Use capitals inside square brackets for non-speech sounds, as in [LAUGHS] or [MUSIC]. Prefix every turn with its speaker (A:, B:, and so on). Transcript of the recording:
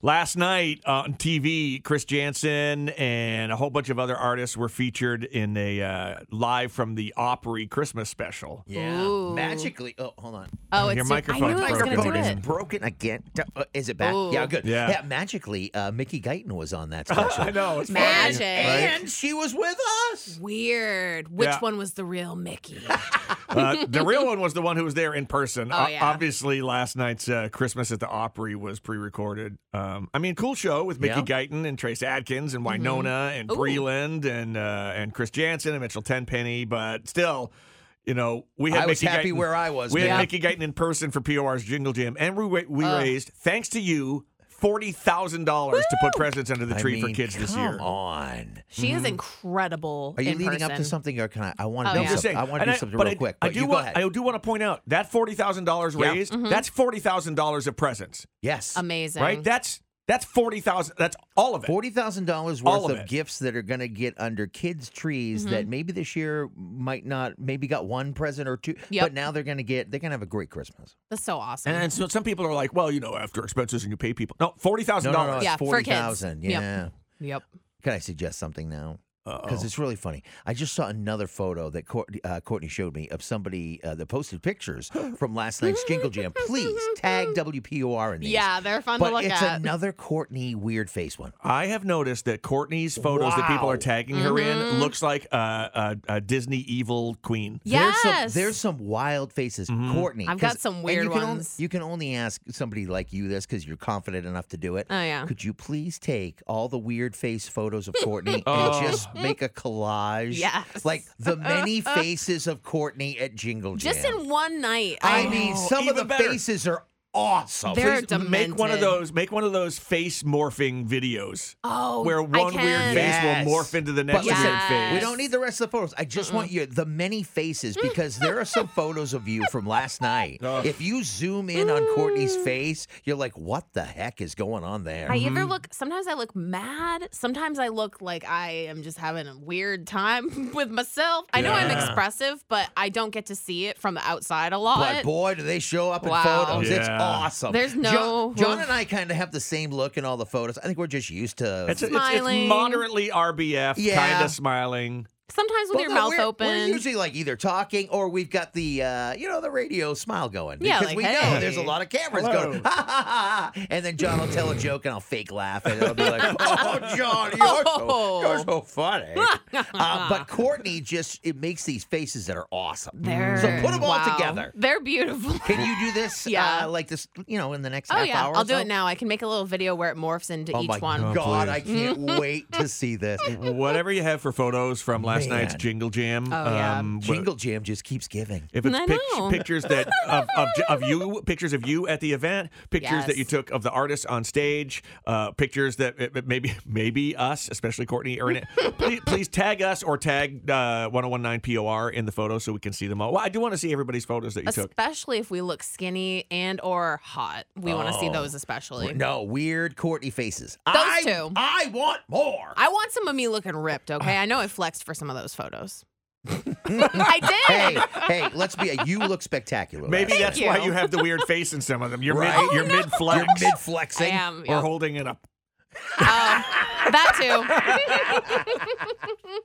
A: Last night on TV, Chris Jansen and a whole bunch of other artists were featured in a uh, live from the Opry Christmas special.
B: Yeah.
C: Ooh.
B: Magically. Oh, hold on.
C: Oh,
A: Your
C: it's
A: microphone's
C: I knew it was
A: broken.
C: going to do
B: Microphone is
C: it.
B: broken again. D- uh, Is it back?
C: Ooh.
B: Yeah, good.
A: Yeah.
B: magically, uh, Mickey Guyton was on
A: [LAUGHS]
B: that special.
A: I know. It's
C: Magic.
A: Funny.
B: And she was with us.
C: Weird. Which
A: Yeah.
C: one was the
A: [LAUGHS]
C: real Mickey?
A: [LAUGHS] Uh, the real one was the one who was there in person.
C: Oh,
A: O-
C: yeah.
A: Obviously, last night's uh, Christmas at the Opry was pre-recorded. Um, I mean, cool show with Mickey Guyton and Trace Adkins and Winona and
C: Mm-hmm. Ooh.
A: Breland and uh, and Chris Jansen and Mitchell Tenpenny. But still, you know, we had
B: I was
A: Mickey
B: happy
A: Guyton-
B: where I was.
A: We had
B: man.
A: Mickey Guyton in person for POR's Jingle Jam, and we, wa- we raised, thanks to you, forty thousand dollars to put presents under the
B: I
A: tree for
B: mean,
A: kids this
B: come
A: year.
B: on.
C: She
A: Mm-hmm.
C: is incredible.
B: Are you
C: in
B: leading
C: person.
B: up to something, or can I? I want
C: Oh,
B: to do
C: yeah.
A: I'm just
B: something.
A: saying.
B: I want to
A: and
B: do something
A: but
B: real
A: I-
B: quick.
A: I
B: but
A: do
B: you go
A: want.
B: ahead.
A: I do want to point out that forty thousand dollars
B: Yeah.
A: raised. That's forty thousand dollars of presents,
B: yes.
C: Amazing.
A: right? That's that's forty thousand. That's all of it.
B: Forty thousand dollars
A: All of
B: worth of,
A: it.
B: gifts that are going to get under kids' trees that
C: Mm-hmm.
B: maybe this year might not. Maybe got one present or two,
C: Yep.
B: but now they're going to get. They're going to have a great Christmas.
C: That's so awesome.
A: And, and so some people are like, well, you know, after expenses and you pay people. No, forty
B: No,
A: thousand
B: no, no.
A: dollars.
B: It's
C: Yeah, for
B: forty
C: kids.
B: thousand.
C: Yep.
B: Yeah.
C: yep.
B: Can I suggest something now?
C: Oh.
B: Because it's really funny. I just saw another photo that Court, uh, Courtney showed me of somebody uh, that posted
C: [GASPS]
B: pictures from last night's Jingle Jam. Please tag WPOR in these.
C: Yeah, they're fun
B: but
C: to look
B: it's
C: at.
B: another Courtney weird face one.
A: I have noticed that Courtney's photos that people
B: Wow.
A: are tagging her in looks like a, a, a Disney evil queen.
C: yes. Mm-hmm.
B: There's some, there's some wild faces, Courtney.
C: I've got
B: 'cause-
C: some
B: and
C: weird
B: you can only-
C: ones.
B: you can only ask somebody like you this because you're confident enough to do it.
C: Oh, yeah.
B: Could you please take all the weird face photos of
C: [LAUGHS]
B: Courtney
A: Oh.
B: and just make a collage?
C: Yes.
B: Like the
C: [LAUGHS]
B: many faces of Courtney at Jingle Jam.
C: Just in one night.
B: I mean, some
A: Oh,
B: of
A: even
B: the
A: better.
B: faces are awesome.
C: They're
A: Please make one of
C: demented.
A: those. Make one of those face morphing videos.
C: Oh,
A: where
C: I
A: one weird
C: can.
A: face
B: Yes.
A: will morph into the next
B: listen,
A: weird face.
B: We don't need the rest of the photos. I just want you the many faces
C: Mm.
B: because there are some photos of you from last night.
A: [LAUGHS] Ugh.
B: If you zoom in on Courtney's face, you're like, what the heck is going on there?
C: Mm. I either
A: Mm-hmm.
C: look, sometimes I look mad. Sometimes I look like I am just having a weird time [LAUGHS] with myself. I know I'm
A: Yeah.
C: expressive, but I don't get to see it from the outside a lot.
B: but boy, do they show up in
C: Wow.
B: photos. It's
A: Yeah.
B: awesome.
C: There's no-
B: John, John and I kind of have the same look in all the photos. I think we're just used to.
A: It's, it's,
C: Smiling.
A: it's moderately RBF,
B: Yeah.
A: kind of smiling.
C: sometimes with
B: Well,
C: your
B: no,
C: mouth
B: we're-
C: open.
B: We're usually like either talking or we've got the uh, you know the radio smile going.
C: Yeah,
B: because
C: like,
B: we
C: hey.
B: know there's a lot of cameras
A: Hello.
B: going. [LAUGHS] Ha, ha, ha, ha. And then John will tell a joke and I'll fake laugh and it'll be
C: [LAUGHS]
B: like, "Oh, John, you're,
C: Oh.
B: so, you're so
C: [LAUGHS]
B: funny." uh, but Courtney just it makes these faces that are awesome.
C: They're,
B: So put 'em all
C: wow.
B: together.
C: They're beautiful.
B: Can you do this?
C: Yeah.
B: uh, like this, you know, in the next
C: [LAUGHS] Oh
B: half
C: yeah,
B: hour. or
C: I'll do
B: so?
C: it now. I can make a little video where it morphs into
B: Oh
C: each
B: my
C: one.
B: God,
A: please.
B: I can't
C: [LAUGHS]
B: wait to see this.
A: Mm-hmm. Whatever you have for photos from last
B: Man.
A: night's Jingle Jam. um,
C: Oh, yeah.
A: wh-
B: Jingle Jam just keeps giving.
A: If it's
C: I
A: pic-
C: know.
A: pictures that of, of of you, pictures of you at the event, pictures that you
C: Yes.
A: took of the artists on stage, uh, pictures that it- it- maybe [LAUGHS] maybe us, especially Courtney, are in it. please, please tag us or tag uh, 1019 POR in the photo so we can see them all. Well, I do want to see everybody's photos that you took.
C: Especially if we look skinny and or hot. We want to see those especially.
B: Oh, No, weird Courtney faces. Those I,
C: two.
B: I want more.
C: I want some of me looking ripped, okay? I know I flexed for some of
B: [LAUGHS]
C: those photos. I did.
B: hey, hey, let's be a you look spectacular.
A: Maybe
B: last
A: that's
C: you.
A: why you have the weird face in some of them. You're
B: Right.
A: mid, you're mid
B: night.
A: flex.
B: you're mid flexing.
C: I am. Um,
A: or
C: Yeah.
A: holding it up.
C: Oh, that too.